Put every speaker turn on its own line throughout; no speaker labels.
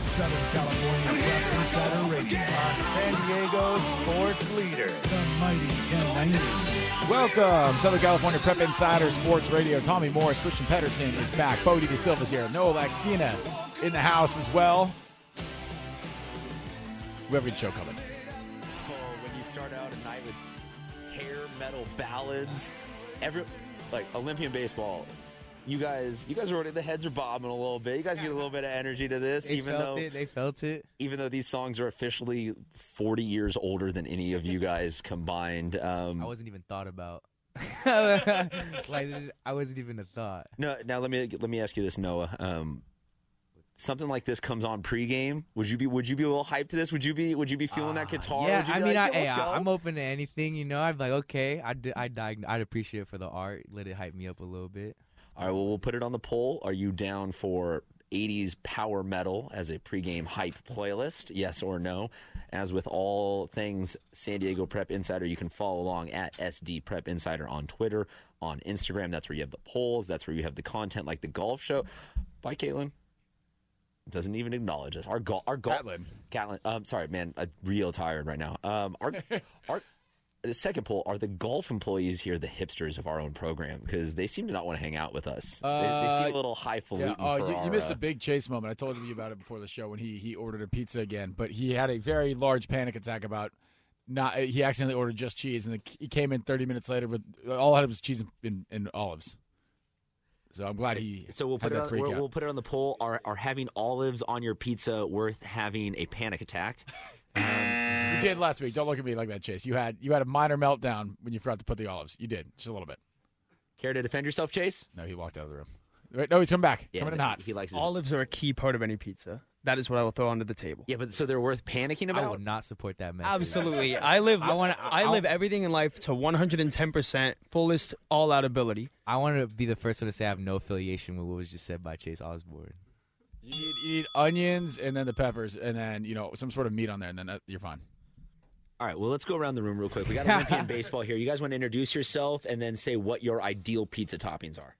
Southern California Truck Insider Radio Pod,
San Diego sports leader.
the mighty 1090.
Welcome, Southern California Prep Insider Sports Radio. Tommy Morris, Christian Pedersen is back. Bodie De Silva's here. Noah Laxina in the house as well. We have a good show coming.
Oh, when you start out a night with hair metal ballads, every like Olympian baseball. You guys, you guys are already the heads are bobbing a little bit. You guys get a little bit of energy to this,
They
even
felt
though
it. They felt it.
even though these songs are officially forty years older than any of you guys combined.
I
Um,
wasn't even thought about. like I wasn't even a thought.
no, now let me let me ask you this, Noah. Um, something like this comes on pregame. Would you be would you be a little hyped to this? Would you be would you be feeling that guitar?
Ah, yeah,
Would you
I
be
mean, I,
like, "Yo,
hey,
let's go"?
I, am open to anything. You know, I'd be like, okay, I'd d- I'd, diag- I'd appreciate it for the art. Let it hype me up a little bit.
All right, well, we'll put it on the poll. Are you down for 80s power metal as a pregame hype playlist? Yes or no? As with all things San Diego Prep Insider, you can follow along at SD Prep Insider on Twitter, on Instagram. That's where you have the polls. That's where you have the content like the golf show. Bye, Caitlin. Doesn't even acknowledge us. Our golf, our golf,
Catlin.
Catlin. Um, sorry, man. I'm real tired right now. Um, our, our, the second poll are the golf employees here the hipsters of our own program because they seem to not want to hang out with us. they, they seem a little highfalutin.
Uh, oh,
for
you,
our,
you missed
uh,
a big Chase moment. I told you about it before the show when he he ordered a pizza again, but he had a very large panic attack about not. uh, He accidentally ordered just cheese, and the, he came in 30 minutes later with all I had was cheese and, and, and olives. So I'm glad he.
So we'll
had
put it
that
on,
freak
we'll,
out.
we'll put it on the poll. Are are having olives on your pizza worth having a panic attack?
You did last week. Don't look at me like that, Chase. You had you had a minor meltdown when you forgot to put the olives. You did just a little bit.
Care to defend yourself, Chase?
No, he walked out of the room. Wait, no, he's coming back.
Yeah,
coming in
but
hot.
He likes it.
Olives are a key part of any pizza. That is what I will throw onto the table.
Yeah, but so they're worth panicking
I
about.
will not support that message.
Absolutely. I live I,
wanna- I-
live everything in life to 110% fullest all out ability.
I want to be the first one to say I have no affiliation with what was just said by Chase Osborne.
You need, you need onions and then the peppers and then you know some sort of meat on there and then uh, you're fine.
All right, well, let's go around the room real quick. We got Olympian baseball here. You guys want to introduce yourself and then say what your ideal pizza toppings are.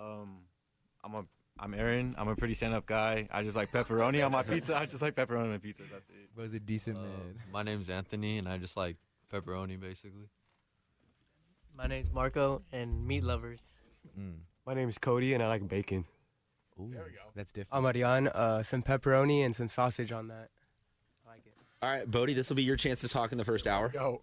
Um, I'm a I'm Aaron. I'm a pretty stand up guy. I just like pepperoni on my pizza. I just like pepperoni on my pizza. That's it.
Was a decent man.
Uh, My name's Anthony, and I just like pepperoni, basically.
My name's Marco, and meat lovers.
My name's Cody, and I like bacon.
there we go. That's different.
I'm Ariane. Uh, some pepperoni and some sausage on that.
All right, Bodie, this will be your chance to talk in the first hour.
Go.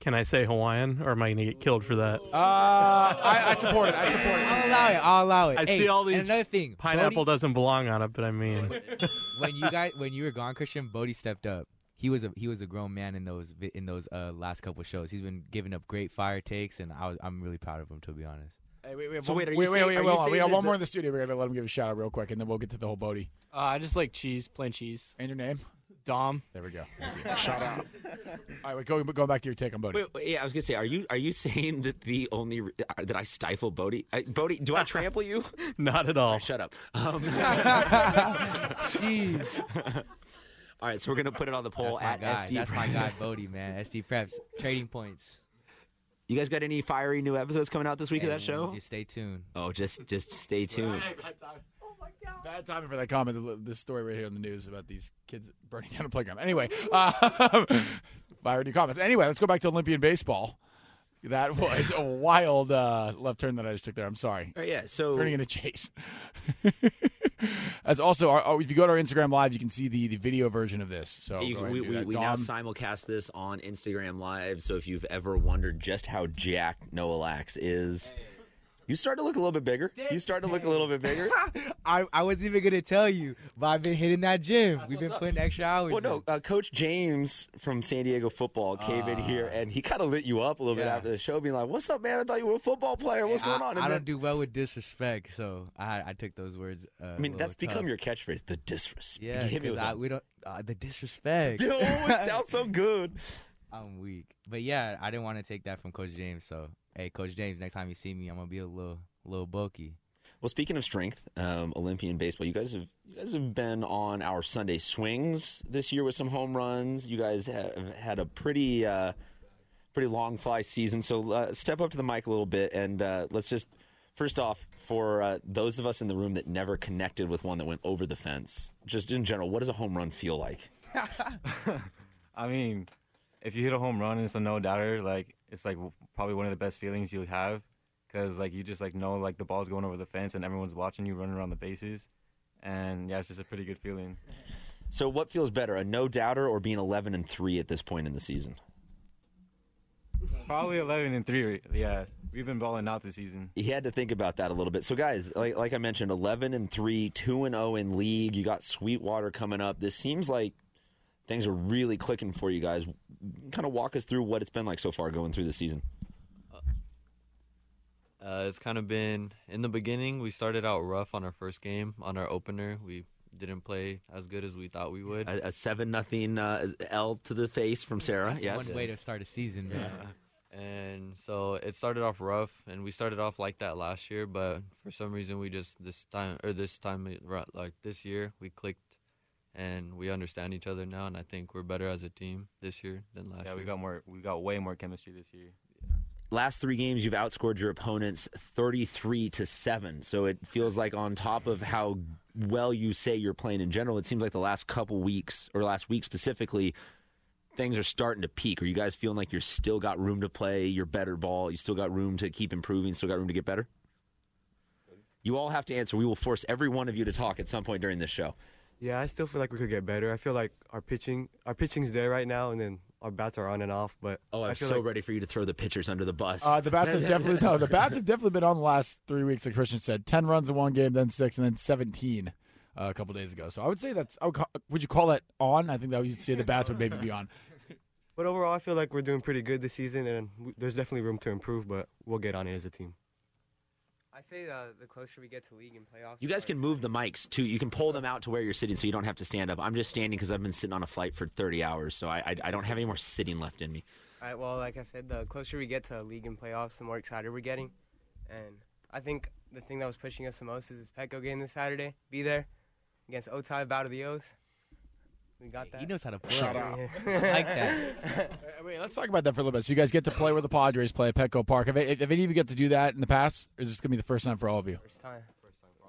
Can I say Hawaiian, or am I going to get killed for that?
Uh, I, I support it. I support it.
I'll allow it. I'll allow it.
I
Hey,
see all these
And another thing,
Pineapple
Bodie,
doesn't belong on it, but I mean,
when you guys when you were gone, Christian Bodie stepped up. He was a he was a grown man in those vi- in those uh, last couple shows. He's been giving up great fire takes, and I was, I'm really proud of him to be honest.
Hey, wait, wait,
So
one-
wait, are you
wait,
saying-
wait,
are
wait,
you
hold on. We
saying
have
that
one
the-
more in the studio. We're gonna let him give a shout out real quick, and then we'll get to the whole Bodie
Uh, I just like cheese, plain cheese.
and your name.
Dom.
There we go. shout out. All right, wait, going going back to your take on Bodie.
Wait, wait, yeah, I was gonna say, are you are you saying that the only re- uh, that I stifle Bodie? I, Bodie, do I trample you?
not at all.
Shut up. Um,
Jeez,
all right, so we're gonna put it on the poll
that's my
at
guy.
SD.
That's my
Prep.
guy, Bodie man. SD Preps trading points.
You guys got any fiery new episodes coming out this week of that
And
show?
Just stay tuned.
Oh, just just stay tuned.
Bad timing for that comment. The- This story right here on the news about these kids burning down a playground. Anyway, um, fire new comments. Anyway, let's go back to Olympian baseball. That was a wild uh, left turn that I just took there. I'm sorry.
All right, Oh, yeah. So
Turning into Chase. As also, our, our- if you go to our Instagram live, you can see the, the video version of this. So
you-
go ahead
we,
and do
we,
that.
we now
Dom,
simulcast this on Instagram Live. So if you've ever wondered just how jacked Noah Lax is, you start to look a little bit bigger. You start to look a little bit bigger.
I, I wasn't even gonna tell you, but I've been hitting that gym. We've been putting extra hours.
Well, no,
in.
uh, Coach James from San Diego football came in here and he kind of lit you up a little bit
Ah. yeah.
after the show, being like, "What's up, man? I thought you were a football player. What's going
I,
on?" And
I
then-
don't do well with disrespect, so I I took those words. Uh,
I mean, that's become your catchphrase: the disrespect.
yeah.
hit me
'cause
with
I,
that.
we don't uh, the disrespect.
Dude, it sounds so good.
I'm weak. But yeah, I didn't want to take that from Coach James. So, hey, Coach James, next time you see me, I'm gonna be a little, little bulky.
Well, speaking of strength, um, Olympian baseball, you guys have you guys have been on our Sunday swings this year with some home runs. You guys have had a pretty uh, pretty long fly season, so uh, step up to the mic a little bit and uh, let's just First off, for uh, those of us in the room that never connected with one that went over the fence, just in general, what does a home run feel like?
I mean, if you hit a home run and it's a no doubter, like it's like probably one of the best feelings you'll have, because like you just like know like the ball's going over the fence and everyone's watching you running around the bases, and yeah, it's just a pretty good feeling.
So, what feels better, a no doubter or being 11 and 3 at this point in the season?
Probably 11 and 3. Yeah, we've been balling out this season.
You had to think about that a little bit. So, guys, like, like I mentioned, 11 and 3, 2 and 0 in league. You got Sweetwater coming up. This seems like things are really clicking for you guys. Kind of walk us through what it's been like so far going through the season.
Uh, it's kind of been in the beginning. We started out rough on our first game, on our opener. We didn't play as good as we thought we would.
A, a seven nothing uh, L to the face from Sarah.
That's
yes,
one way to
start a season, man.
And so it started off rough, and we started off like that last year. But for some reason, we just this time or this time ar- like this year, we clicked, and we understand each other now. And I think we're better as a team this year than last.
Yeah, we
year.
got more. We got way more chemistry this year.
Last three games, you've outscored your opponents thirty-three to seven. So it feels like, on top of how well you say you're playing in general, it seems like the last couple weeks or last week specifically, things are starting to peak. Are you guys feeling like you're still got room to play your better ball? You still got room to keep improving. Still got room to get better. You all have to answer. We will force every one of you to talk at some point during this show.
Yeah, I still feel like we could get better. I feel like our pitching, our pitching's there right now, and then our bats are on and off. But
Oh, I'm
I feel
so
like
ready for you to throw the pitchers under the bus.
Uh, the bats have definitely no. The bats have definitely been on the last three weeks, like Christian said. Ten runs in one game, then six, and then seventeen uh, a couple days ago. So I would say that's. I would, ca- would you call that on? I think that would, you'd say the bats would maybe be on.
But overall, I feel like we're doing pretty good this season, and w- there's definitely room to improve. But we'll get on it as a team.
I say uh, the closer we get to league and playoffs.
You guys can move the mics too. You can pull them out to where you're sitting, so you don't have to stand up. I'm just standing because I've been sitting on a flight for 30 hours, so I, I, I don't have any more sitting left in me.
All right. Well, like I said, the closer we get to league and playoffs, the more excited we're getting. And I think the thing that was pushing us the most is this Petco game this Saturday. Be there against Otai Bout of the O's. We got that.
He knows how to play.
Shut up. I like that.
Uh, Wait, let's talk about that for a little bit. So you guys get to play where the Padres play at Petco Park. Have, any- have any of you got to do that in the past? Or is this gonna be the first time for all of you?
First time.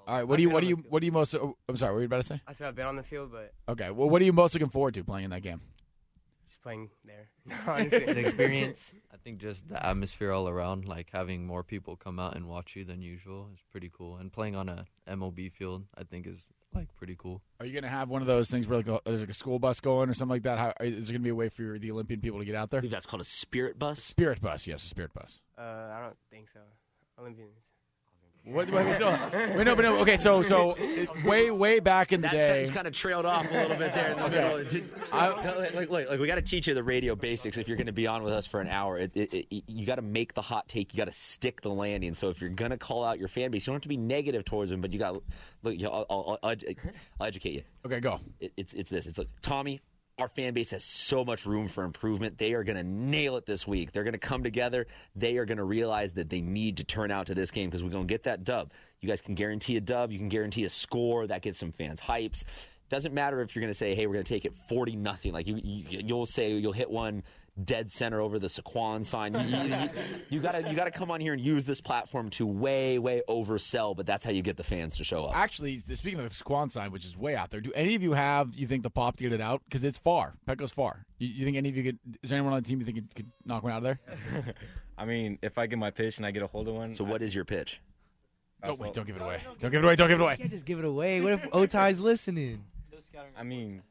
All right. What do you? What do you? What do you most? oh, I'm sorry. What were you about to say?
I said I've been on the field, but
Okay. Well, what are you most looking forward to playing in that game?
just playing there. No, honestly.
I think just the atmosphere all around, like having more people come out and watch you than usual, is pretty cool. And playing on a MLB field, I think is like pretty cool.
Are you gonna have one of those things where like a, there's like a school bus going or something like that? How is there gonna be a way for the Olympian people to get out there? I
believe that's called a spirit bus.
Spirit bus. Yes, a spirit bus.
Uh, I don't think so. Olympians.
What, what, what, no, wait, no, but no. Okay, so so it- way way back in the
That
day,
sentence kind of trailed off a little bit there in the
Okay.
middle. It did- No, like, like, like, like, we got to teach you the radio basics if you're going to be on with us for an hour. It, it, it- you got to make the hot take. You got to stick the landing. So if you're going to call out your fan base, you don't have to be negative towards them, but you got look. You, I'll, I'll, I'll, edu- I'll educate you.
Okay, go.
It, it's it's this. It's like Tommy. Our fan base has so much room for improvement. They are going to nail it this week. They're going to come together. They are going to realize that they need to turn out to this game because we're going to get that dub. You guys can guarantee a dub. You can guarantee a score that gets some fans hypes doesn't matter if you're going to say, "Hey, we're going to take it forty nothing." Like you, you, you'll say you'll hit one dead center over the Saquon sign. You, you, you- you gotta, you gotta come on here and use this platform to way, way oversell. But that's how you get the fans to show up.
actually, speaking of Squan sign, which is way out there, do any of you have you think the pop to get it out? Because it's far. Petco's far. You, you think any of you could? Is there anyone on the team you think could, could knock one out of there?
I mean, if I get my pitch and I get a hold of one. So
what is your pitch?
Don't wait. Don't give it away. Don't give it away. Don't give it away.
You can't just give it away. What if Otai's listening?
I mean,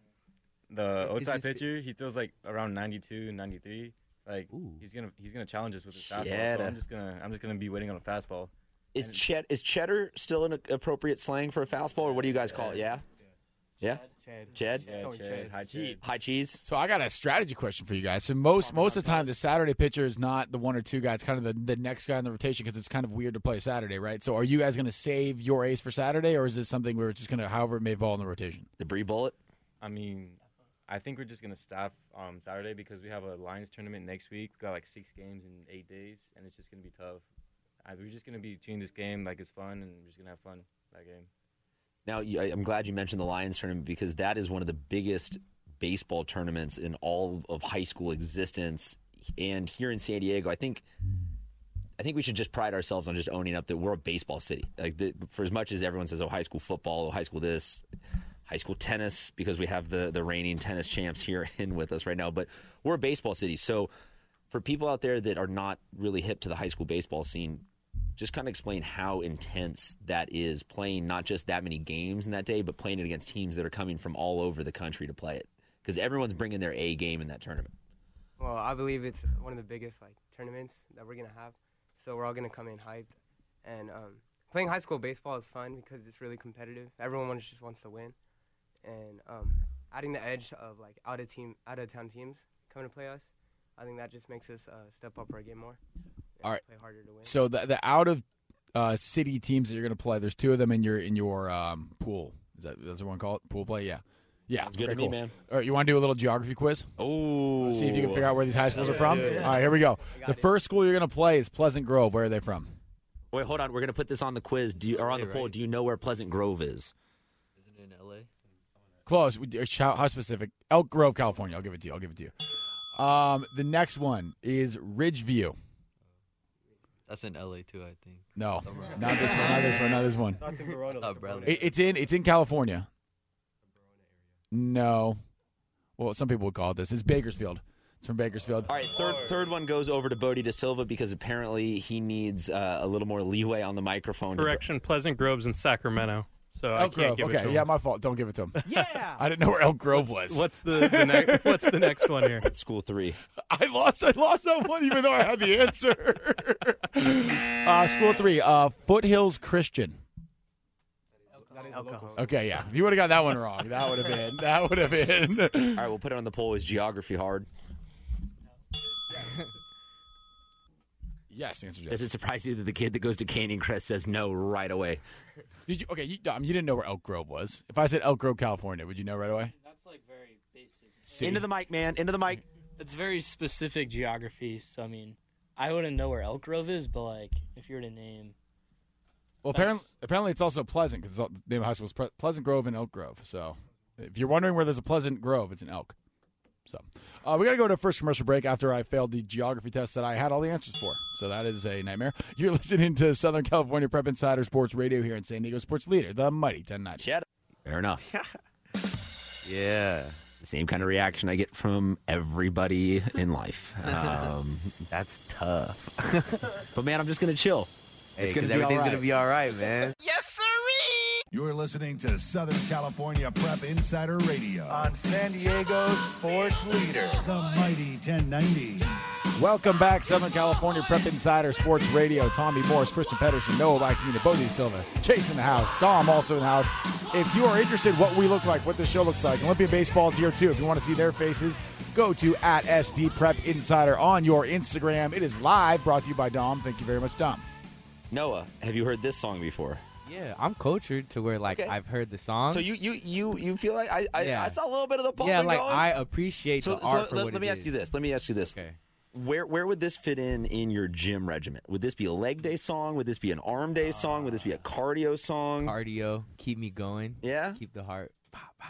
the
Is
Otai
this-
pitcher, he throws like around 92, 93. Like he's gonna he's gonna challenge us with his fastball.
Shit.
So I'm just gonna I'm just gonna be waiting on a fastball.
Is chet is cheddar still an appropriate slang for a fastball, or what do you guys call it? Yeah, yeah,
Chad.
Chad,
Yeah, Call it Chad. Chad. Oh Hi, Chad.
high cheese.
So I got a strategy question for you guys. So most most of the time, the Saturday pitcher is not the one or two guy. It's kind of the, the next guy in the rotation because it's kind of weird to play Saturday, right? So are you guys going to save your ace for Saturday, or is this something where it's just going to, however it may fall in the rotation?
The Bree bullet.
I mean, I think we're just gonna staff um, Saturday because we have a Lions tournament next week. We got like six games in eight days, and it's just gonna be tough. I, we're just gonna be treating this game like it's fun, and we're just gonna have fun that game.
Now, you- I- I'm glad you mentioned the Lions tournament because that is one of the biggest baseball tournaments in all of high school existence and here in San Diego. I think I think we should just pride ourselves on just owning up that we're a baseball city. Like the, for as much as everyone says, oh, high school football, oh, high school this, high school tennis, because we have the the reigning tennis champs here in with us right now. But we're a baseball city, so for people out there that are not really hip to the high school baseball scene, just kind of explain how intense that is playing not just that many games in that day, but playing it against teams that are coming from all over the country to play it. Because everyone's bringing their A game in that tournament.
Well, I believe it's one of the biggest like tournaments that we're gonna have, so we're all gonna come in hyped. And um, playing high school baseball is fun because it's really competitive. Everyone wants, just wants to win, and um, adding the edge of like out of team, out of town teams coming to play us, I think that just makes us uh, step up our game more. and
All right.
play harder to win.
So the the out of uh, city teams that you're going to play, there's two of them in your in your um, pool. Is that that's what one call it? Pool play, yeah. Yeah,
Sounds good to me, man.
All right, you want to do a little geography quiz?
Oh,
see if you can figure out where these high schools are
Yeah,
from.
yeah, yeah.
All right, here we go. The first school you're going to play is Pleasant Grove. Where are they from?
Wait, hold on. We're gonna put this on the quiz. Do you or on the poll? Do you know where Pleasant Grove is?
in LA.
Close. We- How how specific? Elk Grove, California. I'll give it to you. I'll give it to you. Um, the next one is Ridgeview.
That's in LA too, I think.
No,
Somewhere. Oh,
not this one. Not this one. Not this one.
That's in Verona,
Oh,
Not Verona.
It- it's in it's in California. No, well, some people would call it this. It's Bakersfield. It's from Bakersfield.
All right, third third one goes over to Bodie De Silva because apparently he needs uh, a little more leeway on the microphone. to-
Correction: Pleasant Grove's in Sacramento, so I
Elk
can't
Oh, Grove.
give it
okay,
to him.
yeah, my fault. Don't give it to him. Yeah, I didn't know where Elk Grove
What's-
was.
what's the- the ne- what's the next one here?
School three.
I lost. I lost that one, even though I had the answer. uh, school three. Uh, Foothills Christian. Okay, yeah. If you would have got that one wrong, that would have been. That would have been. All
right, we'll put it on the poll. Is geography hard?
Yes, the answer is yes.
Does it surprise you that the kid that goes to Canyon Crest says no right away?
Did you? Okay, you, um, you didn't know where Elk Grove was. If I said Elk Grove, California, would you know right away?
That's like very basic.
See? Into the
mic, man. Into the mic.
It's very specific geography. So I mean, I wouldn't know where Elk Grove is, but like, if you were to name,
Well, apparently, apparently it's also Pleasant because the name of the high school is Pre- Pleasant Grove and Elk Grove. So, if you're wondering where there's a Pleasant Grove, it's an elk. So, uh, we got to go to a first commercial break after I failed the geography test that I had all the answers for. So that is a nightmare. You're listening to Southern California Prep Insider Sports Radio here in San Diego Sports Leader, the Mighty 10-9.
Fair enough. Yeah. Same kind of reaction I get from everybody in life. Um, that's tough. but man, I'm just gonna chill.
Hey, 'cause everything's gonna be
all right, man.
Yes, sirree! You're listening to Southern California Prep Insider Radio on San Diego Sports Leader, the mighty 1090.
Welcome back, Southern California Prep Insider Sports Radio. Tommy Morris, Christian Pedersen, Noah Baxina, Bodie Silva, Chase in the house, Dom also in the house. If you are interested what we look like, what this show looks like, Olympia Baseball is here too. If you want to see their faces, go to at SD Prep Insider on your Instagram. It is live, brought to you by Dom. Thank you very much, Dom.
Noah, have you heard this song before?
Yeah, I'm cultured to where like
Okay.
I've heard the song.
So you you you you feel like I I,
Yeah.
I saw a little bit of the pop.
yeah,
and
like
going.
I
uh,
appreciate
So,
the
so
art for
let,
what it
let me ask
is.
you this. Let me ask you this. Okay. Where where would this fit in in your gym regimen? Would this be a leg day song? Would this be an arm day song? Would this be a cardio song?
Cardio, keep me going.
Yeah,
keep the heart. Bah, bah.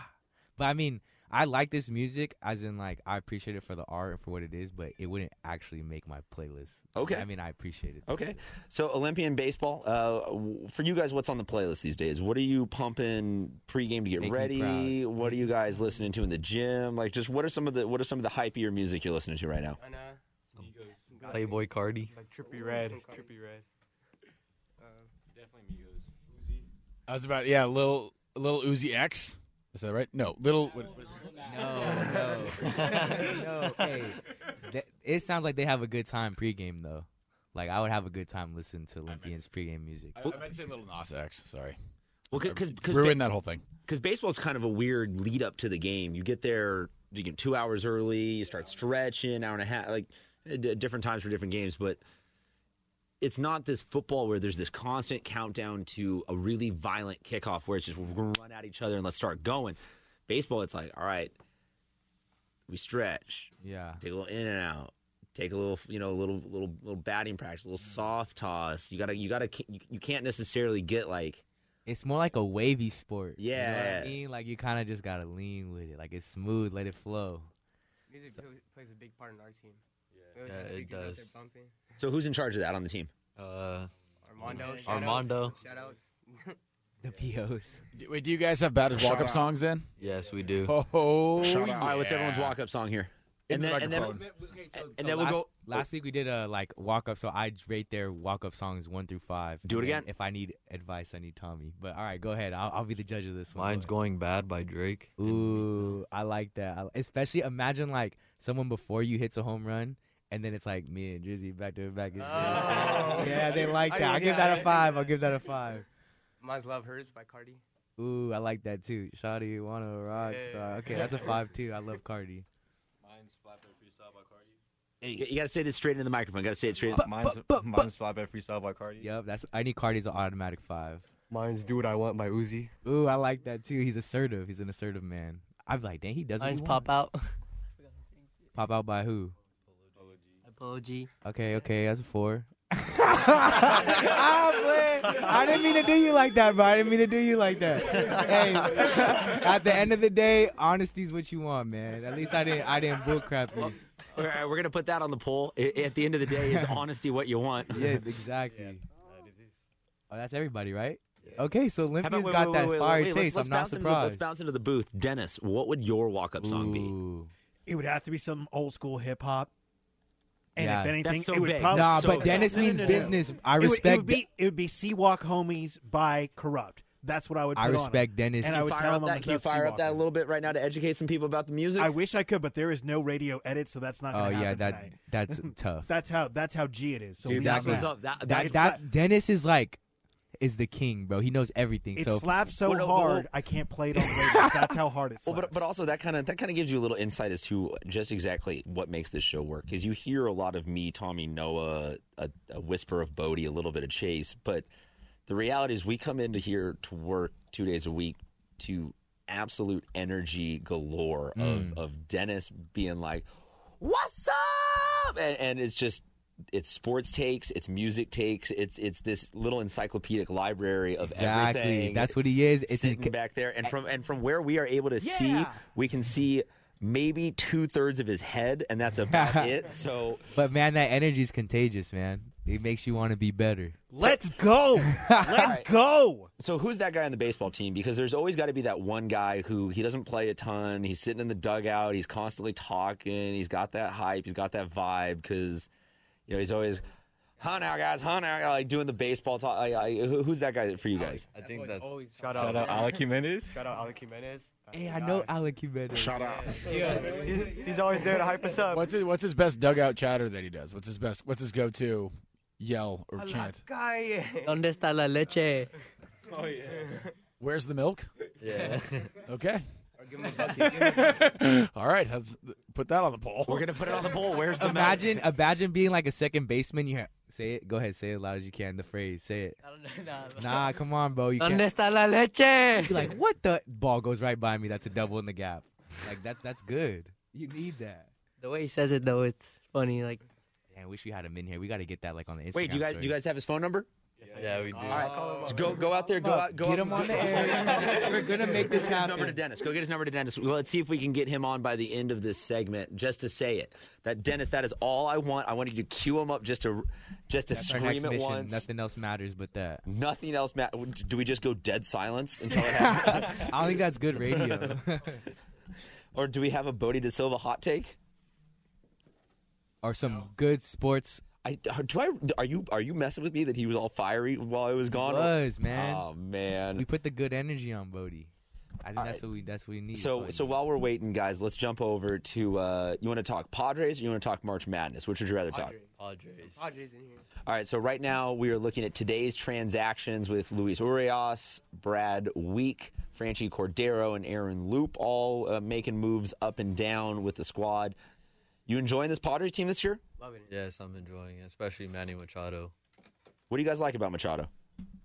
But I mean, I like this music, as in like I appreciate it for the art and for what it is, but it wouldn't actually make my playlist.
Okay.
I mean, I appreciate it.
Okay. So Olympian baseball. Uh, w- for you guys, what's on the playlist these days? What are you pumping pregame to get
Make me
ready? What are you guys listening to in the gym? Like, just what are some of the what are some of the hypier music you're listening to right now?
And, uh,
Playboy Cardi.
Like
Trippy Red. Trippy Red.
Uh, Definitely Migos.
I was about yeah, little little Uzi X. Is that right? No, little. What,
No, no, hey, th- it sounds like they have a good time pregame though. Like I would have a good time listening to Olympians pregame music.
Oh.
I, I meant to say little Nas X. Sorry.
Well,
I
because
Uh, ruined that whole thing.
Because baseball's kind of a weird lead up to the game. You get there, you get two hours early. You start stretching, hour and a half, like d- different times for different games. But it's not this football where there's this constant countdown to a really violent kickoff where it's just we're going to run at each other and let's start going. Baseball, it's like all right, we stretch,
Yeah.
take a little in and out, take a little you know little little little batting practice, a little soft toss. You gotta you gotta you, you can't necessarily get like
It's more like a wavy sport. You know what
Yeah.
I mean? Like you kind of just gotta lean with it. Like it's smooth, let it flow.
Music plays- plays a big part in our team. We always
Yeah,
have
it
speakers out there
does.
bumping.
So who's in charge of that on the team?
Uh,
Armando, shout outs,
Armando.
Shout outs.
The POs.
D- Wait, do you guys have Batters
Shout
walk up
out.
songs then?
Yes, we do.
Oh,
Shout
yeah.
out. All right, what's everyone's
walk up song here?
In
And
the
then, and then,
microphone.
and
So
then we'll
last,
go.
Last week we did a like walk up, so I rate their walk up songs one through five.
Do it
And then
again?
If I need advice, I need Tommy. But all right, go ahead. I'll, I'll be the judge of this one.
Mine's going bad by Drake.
Ooh, I like that. I, especially imagine like someone before you hits a home run, and then it's like me and Drizzy back to back. yeah, they like
I
that. I'll
mean,
give
yeah,
that
I-
a five. I'll give that a five.
Mine's Love Hers by Cardi.
Ooh, I like that too. Shawty, you wanna rock star. Okay, that's a five too. I love Cardi.
Mine's Flatbed Freestyle by Cardi.
Hey, you, you gotta say this straight into the microphone. Gotta say it straight.
mine's mine's Flatbed Freestyle by Cardi.
Yep, that's I need Cardi's an automatic five.
Mine's Do What I Want by Uzi.
Ooh, I like that too. He's assertive. He's an assertive man. I'm like, dang, he does. what
Mine's
he
pop
wants.
out.
Pop out by who?
Apology.
Okay, okay, that's a four. I'm playing. I didn't mean to do you like that, bro. I didn't mean to do you like that. Hey, at the end of the day, honesty's what you want, man. At least I didn't. I didn't bull crap you.
We're, uh, we're gonna put that on the poll. I- at the end of the day, is honesty what you want?
Yeah, exactly. Oh, that's everybody, right? Okay, so
How about-
Olympia's
wait,
got
wait,
that
wait, wait,
fire
wait, let's-
taste.
let's
I'm not
bounce into the- let's
surprised.
bounce into the booth. Dennis, what would your walk-up song
be?
It would have to be some old school hip hop. And
Yeah.
if
That's
anything,
so
it would
vague.
probably
Nah,
so
but
vague.
Dennis means business. I
It would- It
respect
would, be it would be Seawalk Homies by Corrupt. That's what I would.
I
put on it.
respect Dennis.
and I would
fire
tell
up
him I'm
that,
the
can you
best
fire
Seawalk.
up that a little bit right now to educate some people about the music?
I wish I could, but there is no radio edit, so that's not.
Oh
Gonna
yeah,
happen
that
tonight.
that's tough.
That's how that's how G it is. So
Dude,
leave
that's
that.
what's up.
That-
that,
It's
that Dennis is like is the king, bro. He knows everything.
It
so
slaps so
Well, no, but-
hard, I can't play it on the radio. That's how hard it
Well,
slaps.
but but also that kind of that kind of gives you a little insight as to just exactly what makes this show work. Because you hear a lot of me, Tommy, Noah, a, a whisper of Bodie, a little bit of Chase, but the reality is we come into here to work two days a week to absolute energy galore
Mm.
of of Dennis being like, "What's up?" and, and it's just. It's sports takes, it's music takes, it's it's this little encyclopedic library of
Exactly.
everything.
That's what he is. It's-
sitting back there, and from and from where we are able to see, we can see maybe two thirds of his head, and that's about it. So
But man, that energy is contagious, man. It makes you want to be better.
Let's
go. Let's go.
So who's that guy on the baseball team? Because there's always got to be that one guy who he doesn't play a ton. He's sitting in the dugout. He's constantly talking. He's got that hype. He's got that vibe. Because you know he's always. Huh now, guys. Huh now, like doing the baseball talk. I, I, who- who's that guy for you guys?
I think that's
Shout out, Alec Jimenez.
Shout out Alec Jimenez.
Hey, I know Alec Jimenez.
Shout
out.
He's, he's always there to hype us up.
What's his, what's his best dugout chatter that he does? What's his best? What's his go-to yell or chant?
Calle. ¿Dónde está la leche?
Oh yeah.
Where's the milk?
Yeah.
okay.
Or give him a bucket, give him a bucket.
All right. That's, put that on the poll.
We're gonna put it on the poll. Where's the
imagine? Imagine being like a second baseman. You hear- say it. Go ahead, say it as loud as you can. The phrase. Say it. Nah, come on, bro. You
¿Dónde
can't.
está la leche?
Be like, what the ball goes right by me. That's a double in the gap. Like that. That's good. You need that.
The way he says it though, Oh, it's funny. Like,
Man, I wish we had him in here. We got to get that like on the Instagram.
Wait, do you guys
story.
do you guys have his phone number?
Yeah, we do.
All right, so go go out there. Go out. Go
Get
up-
him on
go-
the air. We're gonna make this
Go get his
happen.
number to Dennis. Go get his number to Dennis. Well, let's see if we can get him on by the end of this segment, just to say it. That Dennis, that is all I want. I want you to cue him up just to, just to
That's our
scream
next
it
mission.
once.
Nothing else matters but that.
Nothing else matters. Do we just go dead silence until it happens?
I don't think that's good radio.
or do we have a Bodie De Silva hot take?
Or some good sports.
I do I are you are you messing with me that he was all fiery while I was gone?
was, man.
Oh man.
We put the good energy on Bodie. I think
All
that's
right.
what we that's what we need.
So, so while we're waiting, guys, let's jump over to uh, you want to talk Padres or you want to talk March Madness? Which would you rather talk?
Padres.
Padres in here.
All right, so right now we are looking at today's transactions with Luis Urias, Brad Week, Franchi Cordero, and Aaron Loop all uh, making moves up and down with the squad. You enjoying this Padres team this year?
Loving it.
Yes, I'm enjoying it, especially Manny Machado.
What do you guys like about Machado?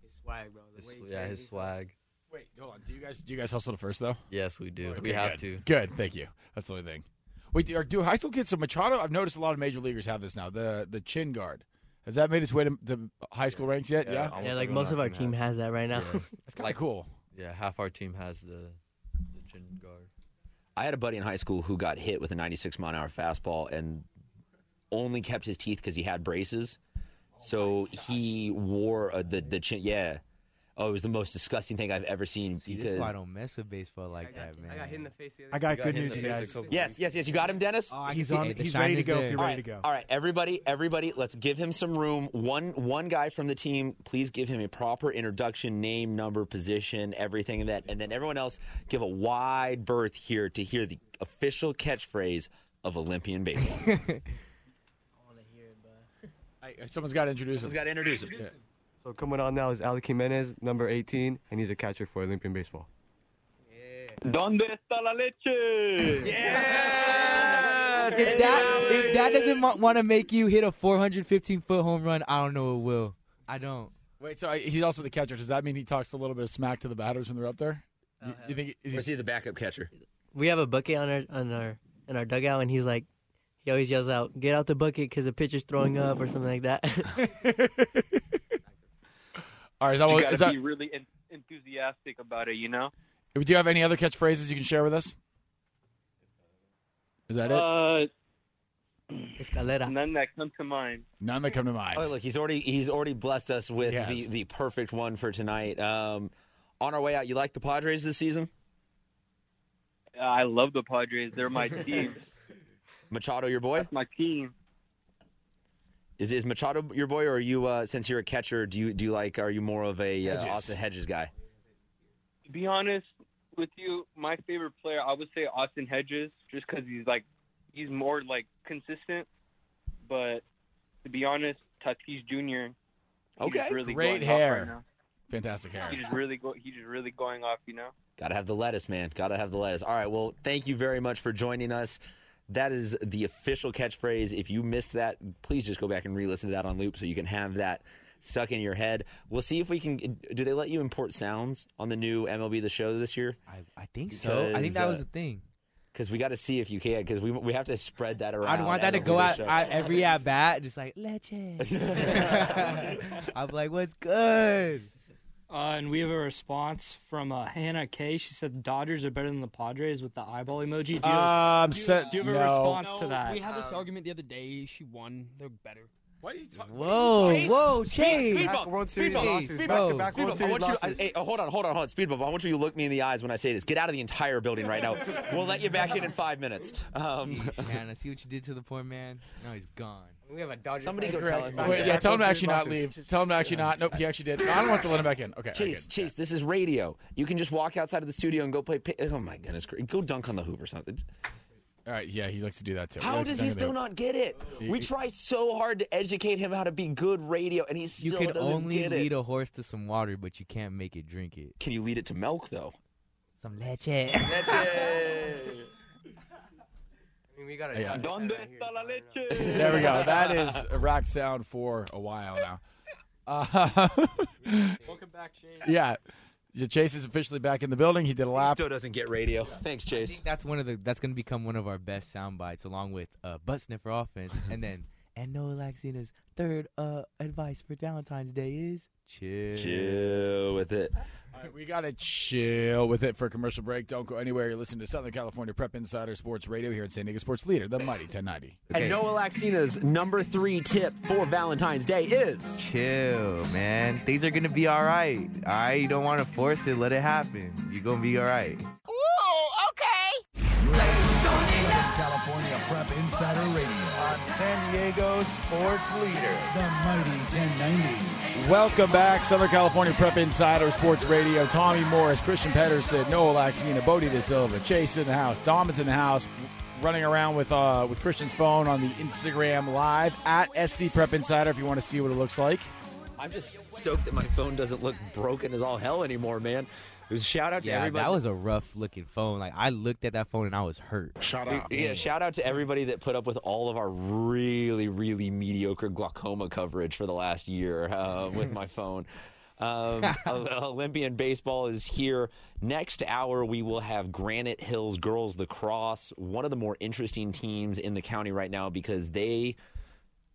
His swag, bro. The
His,
way he
yeah,
carries
his
himself.
swag.
Wait, hold on. Do you guys do you guys hustle the first though?
Yes, we do.
Okay,
we have
good.
to.
Good. Thank you. That's the only thing. Wait, do, are- do high school kids? So Machado, I've noticed a lot of major leaguers have this now. The the chin guard. Has that made its way to the high school ranks yet? Yeah.
yeah, like most of our team has that right now.
That's kind of cool.
Yeah, half our team has the the chin guard.
I had a buddy in high school who got hit with a 96 mile an hour fastball and only kept his teeth because he had braces.
Oh
so he wore a, the the chin. Yeah. Oh, it was the most disgusting thing I've ever seen.
This
because
is why I don't mess with baseball like that, man.
I got hit in the face the other
I got
You
good
hit
news,
the
you
face
guys. Oh,
a couple Yes, yes, yes. You got him, Dennis.
he's on. He's ready to go. If you're
All
ready
right,
to go.
All right, everybody, everybody, let's give him some room. One one guy from the team, please give him a proper introduction, name, number, position, everything of that, and then everyone else give a wide berth here to hear the official catchphrase of Olympian baseball.
I, someone's got to introduce
Someone's got to introduce him.
So coming on now is Alec Jimenez, number 18, and he's a catcher for Olympian baseball.
¿Dónde está la leche?
If that if that doesn't want to make you hit a 415 foot home run, I don't know what will. I don't.
Wait, so I, he's also the catcher. Does that mean he talks a little bit of smack to the batters when they're up there?
Uh,
You, you think is
he the backup catcher?
we have a bucket on our on our in our dugout, and he's like, he always yells out, "Get out the bucket because the pitcher's throwing up" or something like that.
All right, is that
you
what,
gotta
is that,
be really en- enthusiastic about it, you know.
do you have any other catchphrases you can share with us? Is that it?
Uh,
Escalera.
None that come to mind.
None that come to mind.
Oh, look, he's already he's already blessed us with
He has.
the, the perfect one for tonight. Um, on our way out, you like the Padres this season?
Uh, I love the Padres. They're my team.
Machado, your boy.
my team.
Is is Machado your boy, or are you uh, since you're a catcher? Do you do you like? Are you more of a uh,
Hedges.
Austin Hedges guy?
to be honest with you, my favorite player, I would say Austin Hedges, just because he's like, he's more like consistent. But to be honest, Tatis Jr. he's
Okay.
just really
Great
going off
hair.
Right now.
Fantastic hair.
He's just really go. He's just really going off. You know.
Gotta have the lettuce, man. Gotta have the lettuce. All right. Well, thank you very much for joining us. That is the official catchphrase. If you missed that, please just go back and re-listen to that on loop so you can have that stuck in your head. We'll see if we can. Do they let you import sounds on the new MLB The Show this year?
I, I think so. I think that was the thing.
Because we got to see if you can. Because we we have to spread that around.
I'd want that to
MLB
go
The
out
Show.
at every at bat, just like legend. I'm like, what's good?
Uh, and we have a response from uh, Hannah K. She said Dodgers are better than the Padres with the eyeball emoji. Do you,
Um,
do you-
said-
do you have
no.
a response to
No,
that?
we had
this
Um,
argument the other day. She won. They're better.
Why do you talk?
Whoa, whoa, Chase.
Back
World Series losses. Back-to-back World
I want
Series
you, I,
losses.
hey, oh, hold on, hold on, hold on. Speed bump. I want you to look me in the eyes when I say this. Get out of the entire building right now. we'll let you back in in five minutes. Um,
Man, I see what you did to the poor man. Now he's gone.
We have a Dodgers.
Somebody
fan.
go tell him.
Wait, yeah, tell him to actually not leave. Tell him to actually not. Nope, he actually did. No, I don't want to let him back in. Okay, all right,
Chase,
good.
Chase, this is radio. You can just walk outside of the studio and go play. pi- Oh my goodness, gra- go dunk on the hoop or something.
All right, yeah, he likes to do that too.
How
likes to
does
dunk
he
on the
still
hoop.
not get it? We try so hard to educate him how to be good radio, and he still
You can
doesn't
only
get it.
lead a horse to some water, but you can't make it drink it.
Can you lead it to milk though?
Some leche.
I mean, we got a
uh,
Yeah.
Dodgers fan right here.
There we go. That is a rock sound for a while now. Uh,
Welcome back, Chase.
yeah, Yeah, Chase is officially back in the building. He did a lap.
Still doesn't get radio. Thanks,
I
Chase.
think that's one of the. That's gonna become one of our best sound bites, along with uh, butt sniffer offense, and then and Noah Laxina's third uh, advice for Valentine's Day is chill.
Chill with it.
All right, we gotta chill with it for a commercial break. Don't go anywhere. You're listening to Southern California Prep Insider Sports Radio here in San Diego Sports Leader, the Mighty 1090.
And Noah Laxina's number three tip for Valentine's Day is
Chill, man. Things are gonna be all right. All right, you don't want to force it. Let it happen. You're gonna be all right.
Ooh, okay. You're listening to Southern California Prep Insider Radio on San Diego Sports Leader, the Mighty 1090.
Welcome back, Southern California Prep Insider Sports Radio. Tommy Morris, Christian Pedersen, Noah Laxina, Bodie De Silva, Chase in the house, Dom is in the house, running around with uh, with Christian's phone on the Instagram Live at SD Prep Insider if you want to see what it looks like.
I'm just stoked that my phone doesn't look broken as all hell anymore, man. It was shout out to
Yeah,
everybody.
that was a rough looking phone. Like I looked at that phone and I was hurt.
Shout
Yeah, shout out to everybody that put up with all of our really, really mediocre glaucoma coverage for the last year uh, with my phone. Um, Olympian baseball is here. Next hour, we will have Granite Hills Girls Lacrosse, one of the more interesting teams in the county right now because they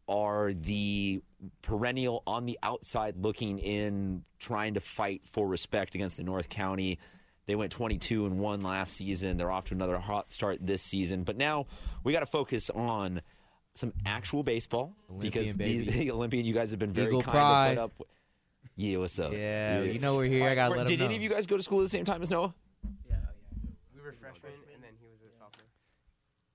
are the perennial on the outside looking in, trying to fight for respect against the North County. They went 22 and 1 last season. They're off to another hot start this season. But now we got to focus on some actual baseball because
Olympian,
these,
baby.
Olympian, you guys have been very
Eagle
kind
pride.
to put up. Yeah, what's up?
Yeah, you know we're here. I gotta let 'em
Did
know.
any of you guys go to school at the same time as Noah?
We were freshmen, and then he was a sophomore.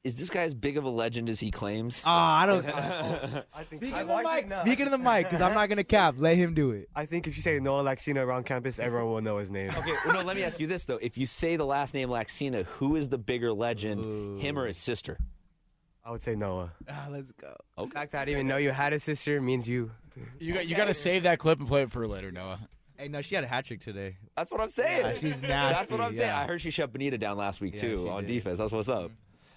Is this guy as big of a legend as he claims?
Ah, I don't-
I think
Speaking
I
of the
watched it
mic,
now.
Speaking of the mic, because I'm not gonna cap. Let him do it.
I think if you say Noah Laxina around campus, everyone will know his name.
Okay, well, no, let me ask you this though: If you say the last name Laxina, who is the bigger legend, him or his sister?
I would say Noah.
Ah, let's go.
Okay.
The fact that I didn't even know you had a sister means you.
You got you got to save that clip and play it for later, Noah.
Hey, no, she had a hat trick today.
That's what I'm saying.
Yeah, she's
That's what
nasty,
I'm saying.
yeah.
I heard she shut Benita down last week
Yeah,
too
she did.
on
Mm-hmm.
defense. That's what's up. Um,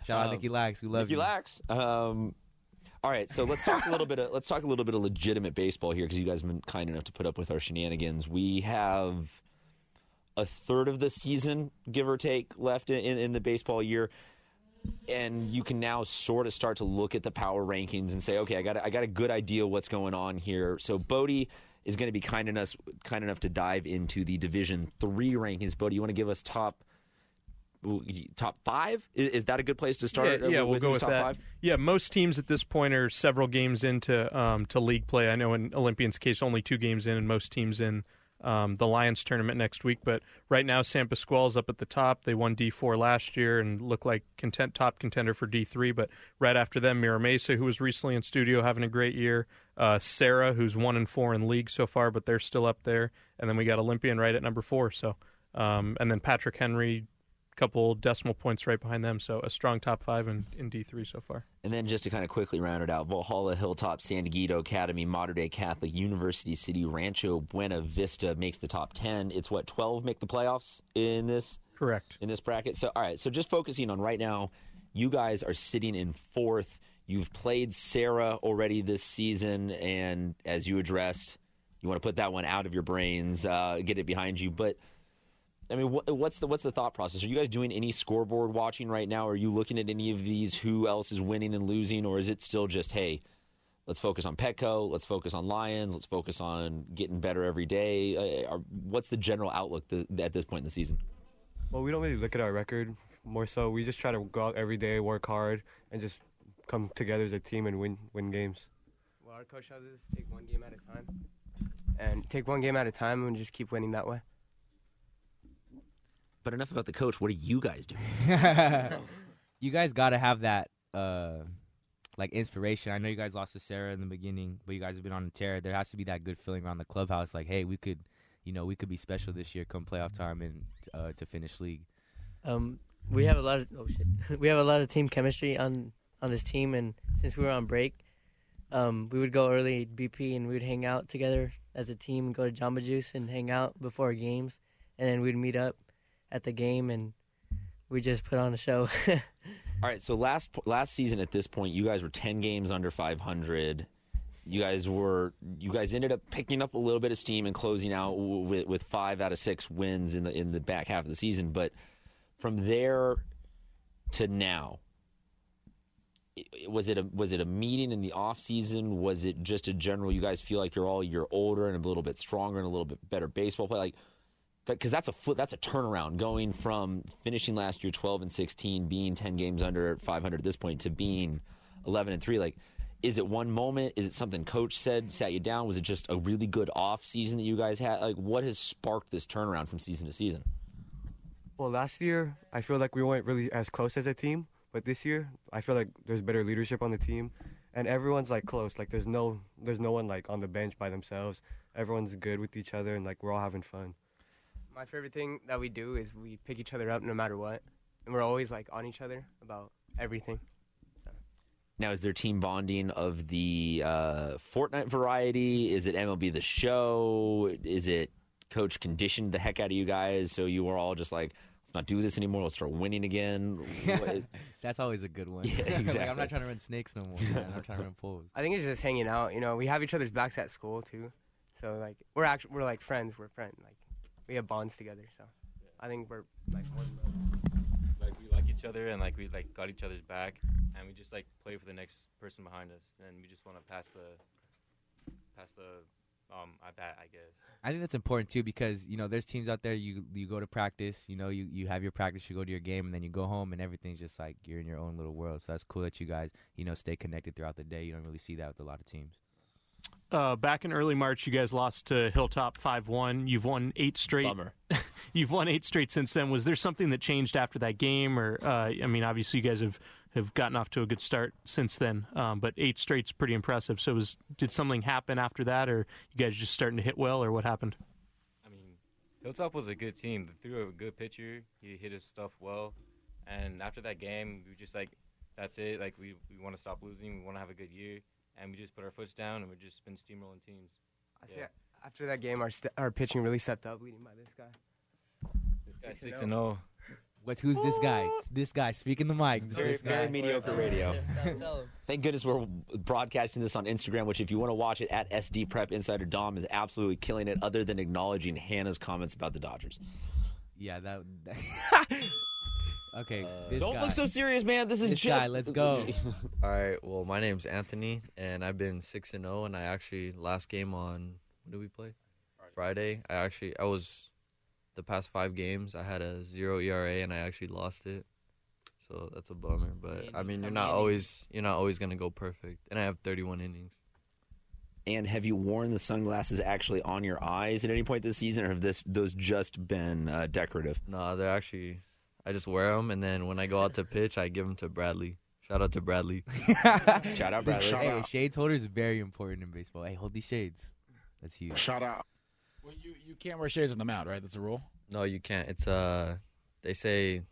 Shout out Nikki Lax. We love
Nikki
you.
Lax. Um, all right, so let's talk a little bit. Of, let's talk a little bit of legitimate baseball here because you guys have been kind enough to put up with our shenanigans. We have a third of the season, give or take, left in, in, in the baseball year. And you can now sort of start to look at the power rankings and say, okay, I got a, I got a good idea what's going on here. So Bodie is going to be kind enough kind enough to dive into the Division Three rankings. Bodie, you want to give us top top five? Is, is that a good place to start?
Yeah, yeah
uh,
we'll go
who's
with
top
that.
five?
Yeah, most teams at this point are several games into um, to league play. I know in Olympian's case, only two games in, and most teams in um, the Lions tournament next week. But right now, San Pasquale's up at the top. They won D four last year and look like content top contender for D three. But right after them, Mira Mesa, who was recently in studio having a great year, uh, Sarah, who's one and four in league so far, but they're still up there. And then we got Olympian right at number four. So. Um, and then Patrick Henry, couple decimal points right behind them. So a strong top five in, in D3 so far.
And then just to kind of quickly round it out, Valhalla, Hilltop, San Diego Academy, Modern Day Catholic, University City, Rancho Buena Vista makes the top ten. It's what twelve make the playoffs in this
Correct.
in this bracket. So all right, so just focusing on right now, you guys are sitting in fourth. You've played Sarah already this season, and as you addressed, you want to put that one out of your brains, uh, get it behind you. But I mean, what, what's the what's the thought process? Are you guys doing any scoreboard watching right now? Are you looking at any of these? Who else is winning and losing, or is it still just hey, let's focus on Petco, let's focus on Lions, let's focus on getting better every day? Uh, are, what's the general outlook th- at this point in the season?
Well, we don't really look at our record. More so, we just try to go out every day, work hard, and just come together as a team and win win games.
Well, our coach has us take one game at a time, and take one game at a time, and just keep winning that way.
But enough about the coach. What are you guys doing?
you guys gotta have that uh like inspiration. I know you guys lost to Sarah in the beginning, but you guys have been on a tear. There has to be that good feeling around the clubhouse, like, hey, we could, you know, we could be special this year come playoff time and uh, to finish league.
Um, we have a lot of oh shit. We have a lot of team chemistry on on this team, and since we were on break, um, we would go early at BP and we would hang out together as a team and go to Jamba Juice and hang out before games, and then we'd meet up at the game and we just put on a show.
All right, so last last season at this point, you guys were ten games under five hundred. You guys were you guys ended up picking up a little bit of steam and closing out w- with, with five out of six wins in the in the back half of the season. But from there to now, it- it- was it a was it a meeting in the off season? Was it just a general? You guys feel like you're all you're older and a little bit stronger and a little bit better baseball player. Like because that's a flip, that's a turnaround going from finishing last year 12 and 16 being 10 games under 500 at this point to being 11 and 3 like is it one moment is it something coach said sat you down was it just a really good off season that you guys had like what has sparked this turnaround from season to season
Well, last year I feel like we weren't really as close as a team, but this year I feel like there's better leadership on the team, and everyone's like close. Like there's no there's no one like on the bench by themselves. Everyone's good with each other, and like we're all having fun.
My favorite thing that we do is we pick each other up no matter what, and we're always like on each other about everything.
now is there team bonding of the uh, fortnite variety is it mlb the show is it coach conditioned the heck out of you guys so you were all just like let's not do this anymore let's start winning again What-
That's always a good one.
Yeah,
like, I'm
exactly.
not trying to run snakes no more. Man. I'm trying to run poles.
I think it's just hanging out. You know, we have each other's backs at school too, so like we're actually we're like friends. We're friends. Like we have bonds together. So I think we're like one
Like we like each other and like we like got each other's back and we just like play for the next person behind us and we just want to pass the pass the um, at that, I guess.
I think that's important too because you know there's teams out there you you go to practice, you know you you have your practice, you go to your game, and then you go home, and everything's just like you're in your own little world. So that's cool that you guys you know stay connected throughout the day. You don't really see that with a lot of teams.
Uh, back in early March, you guys lost to Hilltop five one. You've won eight straight.
Bummer.
You've won eight straight since then. Was there something that changed after that game, or uh, I mean, obviously you guys have have gotten off to a good start since then, um, but eight straight's pretty impressive. So, was did something happen after that, or you guys just starting to hit well, or what happened?
Hilltop was a good team. They threw a good pitcher. He hit his stuff well. And after that game, we just like, that's it. Like, we, we want to stop losing. We want to have a good year. And we just put our foots down and we've just been steamrolling teams.
I see. After that game, our st- our pitching really stepped up, leading by this guy. oh.
This guy's 6 and 0.
What's who's this guy? It's this guy speaking the mic. It's
Very,
this guy.
very mediocre radio.
Tell him.
Thank goodness we're broadcasting this on Instagram, which if you want to watch it at SD Prep Insider Dom is absolutely killing it, other than acknowledging Hannah's comments about the Dodgers.
Yeah, that. that okay, this
Don't
guy.
look so serious, man. This is
This
just
guy, let's go.
Uh, All right. Well, my name's Anthony, and I've been six and zero. And I actually last game on when did we play? Friday. I actually I was the past five games I had a zero ERA, and I actually lost it. So that's a bummer. But I mean, you're not always you're not always gonna go perfect. And I have 31 innings.
And have you worn the sunglasses actually on your eyes at any point this season, or have this those just been uh, decorative?
No, they're actually. I just wear them, and then when I go out to pitch, I give them to Bradley. Shout out to Bradley.
Shout out,
Hey, hey, shades holder is very important in baseball. Hey, hold these shades. That's huge.
Shout out. Well, you, you can't wear shades on the mound, right? That's a rule.
No, you can't. It's uh, they say,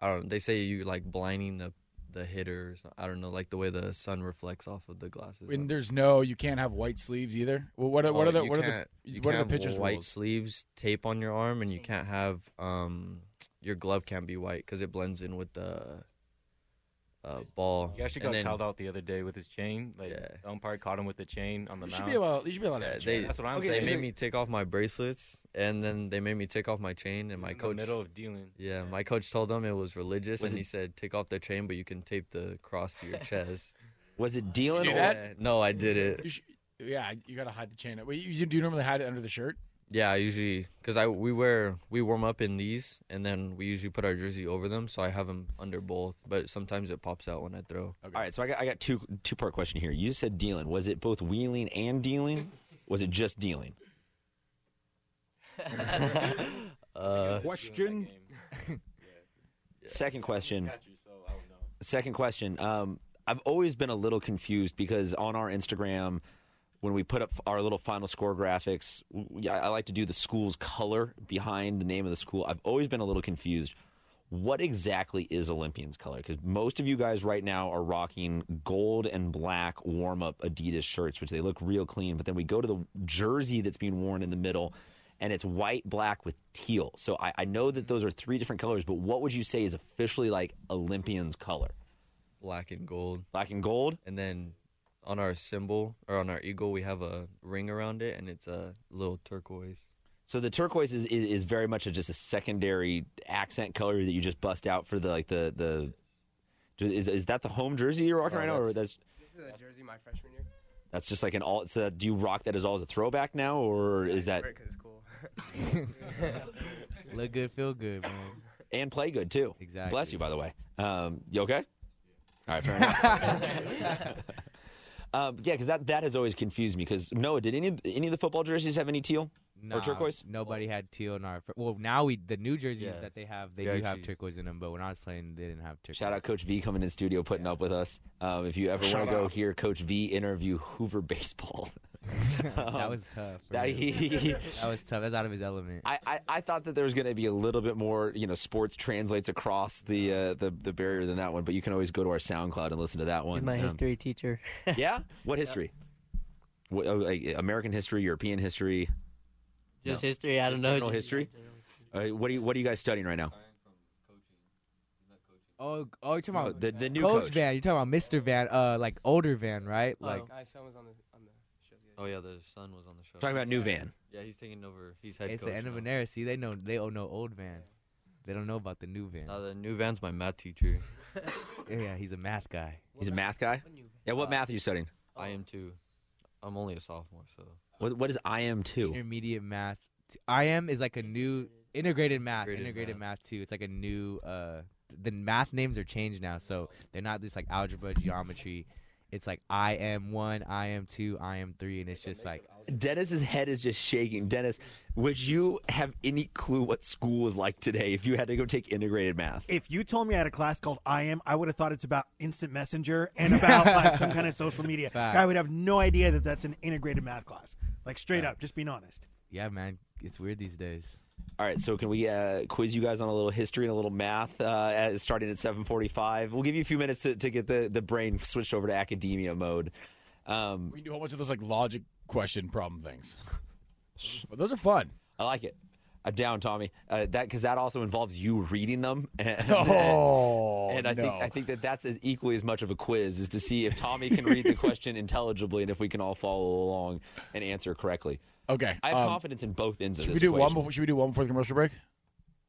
I don't. They say you like blinding the the hitter. Or something. I don't know, like the way the sun reflects off of the glasses.
And there's no, you can't have white sleeves either. Well, what are, what
Oh,
are the
you
what are the
can't- you
what are the
can't have
pitchers'
White
rules?
sleeves, tape on your arm, and you can't have um, your glove can't be white because it blends in with the uh ball.
oh. He actually
And
got
then-
called out the other day with his chain. Like, the umpire caught him with the chain on the
You
mound.
should be allowed. You should be allowed to
Yeah,
have a
they,
chain.
That's what I'm
they
saying.
made me take off my bracelets, and then they made me take off my chain, and my
the
coach.
middle of dealing.
Yeah, my coach told them it was religious,
Was
and
it-
he said take off the chain, but you can tape the cross to your chest.
Was it dealing?
You do
or-
that?
Yeah, no, I did it.
You should, yeah, you gotta hide the chain. Wait, you, you do you normally hide it under the shirt?
Yeah, I usually because I we wear we warm up in these, and then we usually put our jersey over them, so I have them under both. But sometimes it pops out when I throw.
All right, so I got I got two two part question here. You said dealing. Was it both wheeling and dealing? Was it just dealing? Uh,
Question.
Second question. Second question. Um, I've always been a little confused because on our Instagram, when we put up our little final score graphics, we, I I like to do the school's color behind the name of the school. I've always been a little confused. What exactly is Olympians color? Because most of you guys right now are rocking gold and black warm up Adidas shirts, which they look real clean. But then we go to the jersey that's being worn in the middle, and it's white, black with teal. So I, I know that those are three different colors, but what would you say is officially like Olympians color?
Black and gold.
Black and gold.
And then on our symbol or on our eagle, we have a ring around it, and it's a little turquoise.
So the turquoise is, is, is very much a, just a secondary accent color that you just bust out for the like the the. Is, is that the home jersey you're rocking
No,
right now, or
that's-
that's
This is a jersey my freshman year.
that's just like an all? So do you rock that as all as a throwback now, or is that
Because it's cool.
Look good, feel good, man.
and play good too?
Exactly.
Bless you, by the way. Um, you okay? All right, fair enough. um, yeah, because that that has always confused me. Because Noah, did any any of the football jerseys have any teal
Nah,
or turquoise?
Nobody had teal in our. fir- Well, now we the new jerseys
Yeah.
that they have, they
Yeah,
do have
actually-
turquoise in them. But when I was playing, they didn't have turquoise.
Shout out Coach V coming in studio, putting up with us. Um, if you ever
Shout
want to go
out.
hear Coach V interview Hoover baseball,
that
Um,
was tough. for
that-
him.
he-
that was tough. That's out of his element.
I, I, I thought that there was going to be a little bit more, you know, sports translates across the uh, the the barrier than that one. But you can always go to our SoundCloud and listen to that one.
He's my
Um,
history teacher.
yeah, what history? What, oh, like, American history, European history.
Just history. I don't know.
General
Just-
history. Uh, what are you What are you guys studying right now?
Oh, oh, you're talking
No,
about
the- the new coach.
Van. You're talking about Mr. Van, uh, like older Van, right? Like,
I someone's on the on the show. the
Oh yeah, the son was on the show.
Talking about new van.
Yeah, he's taking over. He's head
it's
coach.
the end of an era. See, they know they all know old Van. They don't know about the new Van.
now. Uh, the new van's my math teacher.
yeah, he's a math guy.
He's a math guy. Yeah, what math are you studying?
I am too. I'm only a sophomore, so
What, what is IM2?
Intermediate math. t- IM is like a new integrated math. Integrated,
Integrated
math. too. It's like a new. Uh, the math names are changed now, so they're not just like algebra, geometry. It's like IM one, IM two, IM three, and it's just like
Dennis's head is just shaking. Dennis, would you have any clue what school is like today if you had to go take integrated math?
If you told me I had a class called I Am, I would have thought it's about instant messenger and about like some kind of social media.
Fact.
I would have no idea that that's an integrated math class. Like straight up, just being honest.
yeah, man. It's weird these days.
All right, so can we uh, quiz you guys on a little history and a little math uh, at- starting at 7:45? We'll give you a few minutes to, to get the, the brain switched over to academia mode. Um,
We can do a whole bunch of those like logic question problem things. those are fun.
I like it. I'm down, Tommy. Uh, that because that also involves you reading them. And,
Oh,
and I
no.
think I think that that's as equally as much of a quiz is to see if Tommy can read the question intelligibly and if we can all follow along and answer correctly.
Okay,
I have
um,
confidence in both ends of
Should
this.
we do one?
equation.
Before, should we do one before the commercial break?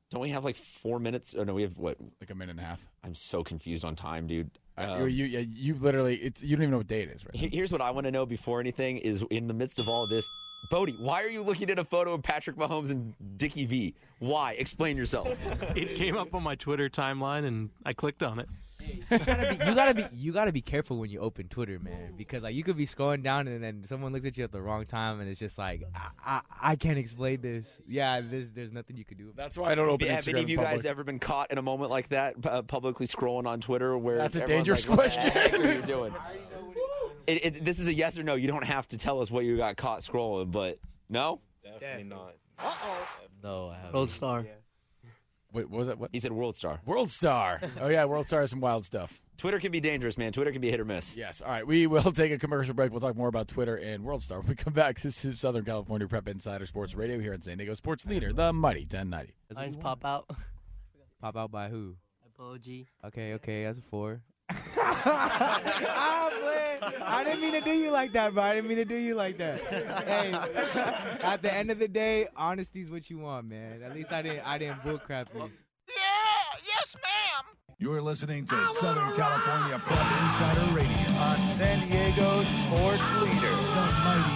Don't we have like four minutes? Oh no, we have what?
Like a minute and a half.
I'm so confused on time, dude.
Uh,
Um,
you, you, you literally, it's, you don't even know what day it is, right?
Here- Here's what I want to know before anything is in the midst of all this, Bodie, why are you looking at a photo of Patrick Mahomes and Dickie V? Why? Explain yourself.
It came up on my Twitter timeline and I clicked on it.
you gotta be you gotta be careful when you open Twitter, man, because like you could be scrolling down and then someone looks at you at the wrong time and it's just like I I, I can't explain this. Yeah, there's there's nothing you can do. About
That's
it.
why I don't open
Have
Instagram
any of
in
you guys
public.
ever been caught in a moment like that, pu- uh, publicly scrolling on Twitter? Where
That's a
everyone's
dangerous
like, "What the
question."
heck are you doing? It, it, this is a yes or no. You don't have to tell us what you got caught scrolling, but no.
Definitely not.
no, I haven't.
World Star.
Wait, what was that? What
he said? World Star.
World Star. oh yeah, World Star is some wild stuff.
Twitter can be dangerous, man. Twitter can be hit or miss.
Yes. All right. We will take a commercial break. We'll talk more about Twitter and World Star when we come back. This is Southern California Prep Insider Sports Radio here in San Diego. Sports leader, the Mighty 1090.
Lines pop out.
Pop out by who?
Apology.
Okay, okay, that's a four. i I didn't mean to do you like that, bro. I didn't mean to do you like that. hey, at the end of the day, honesty's what you want, man. At least I didn't I didn't bullcrap you.
You're listening to Southern California Prep Insider Radio on San Diego Sports Leader. The Mighty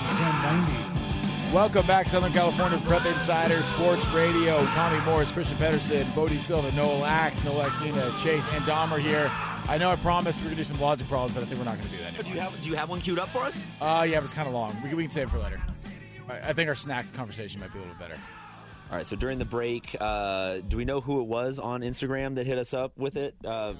1090.
Welcome back, Southern California Prep Insider Sports Radio. Tommy Morris, Christian Pedersen, Bodie Silva, Noel Axe, Noel Axina, Chase, and Dahmer here. I know I promised we are going to do some logic problems, but I think we're not going to do that anymore.
Do you have Do you have one queued up for us?
Uh, yeah, but it's kind of long. We, can- we can save it for later. I, I think our snack conversation might be a little better.
All right. So during the break, uh, do we know who it was on Instagram that hit us up with it? Uh,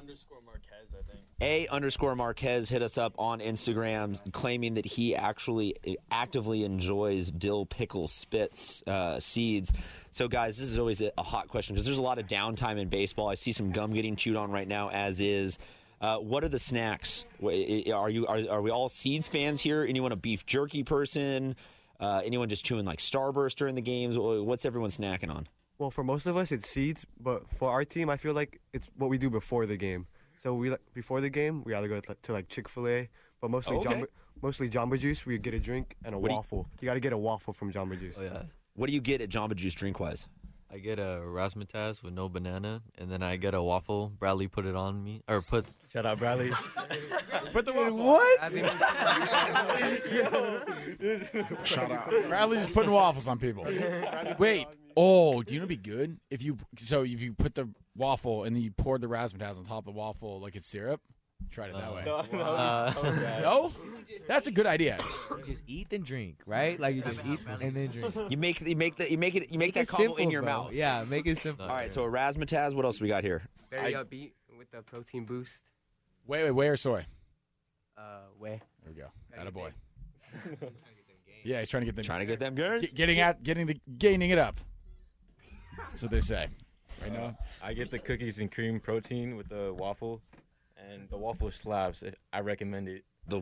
A underscore Marquez hit us up on Instagram claiming that he actually actively enjoys dill pickle spits uh, seeds. So, guys, this is always a, a hot question because there's a lot of downtime in baseball. I see some gum getting chewed on right now, as is. Uh, what are the snacks? Wh- i- i- Are you are, are we all seeds fans here? Anyone a beef jerky person? Uh, anyone just chewing like Starburst during the games? Wh- What's everyone snacking on?
Well, for most of us, it's seeds, but for our team, I feel like it's what we do before the game. So we like, before the game, we either go to, to, like Chick Fil A, but mostly
Oh, okay.
Jamba, mostly Jamba Juice. We get a drink and a
What do you-
waffle. You, got to get a waffle from Jamba Juice.
Oh, yeah.
What do you get at Jamba Juice drink wise?
I get a razzmatazz with no banana, and then I get a waffle. Bradley put it on me, or put.
Shut up, Bradley.
Put the what?
Shut up.
Bradley's just putting waffles on people. Wait. Oh, do you know what'd be good if you so if you put the waffle and then you poured the razzmatazz on top of the waffle like it's syrup? Tried it that way.
no, no.
Oh,
Uh,
no, that's a good idea.
You just eat and drink, right? Like you just eat and then drink.
You make you make the you make it you make,
Make
that
it
combo in
simple,
your
bro.
mouth.
Yeah, make it simple.
All right, so a razzmatazz. What else we got here?
Very
I-
upbeat with the protein boost.
Wait, wait, whey or soy?
Uh, way.
There we go. Atta boy. Yeah, he's trying to get them.
Trying to get them gains.
Ge- Getting at getting the gaining it up. That's what they say. Right now,
I get the cookies and cream protein with the waffle, and the waffle slaps. I recommend it.
The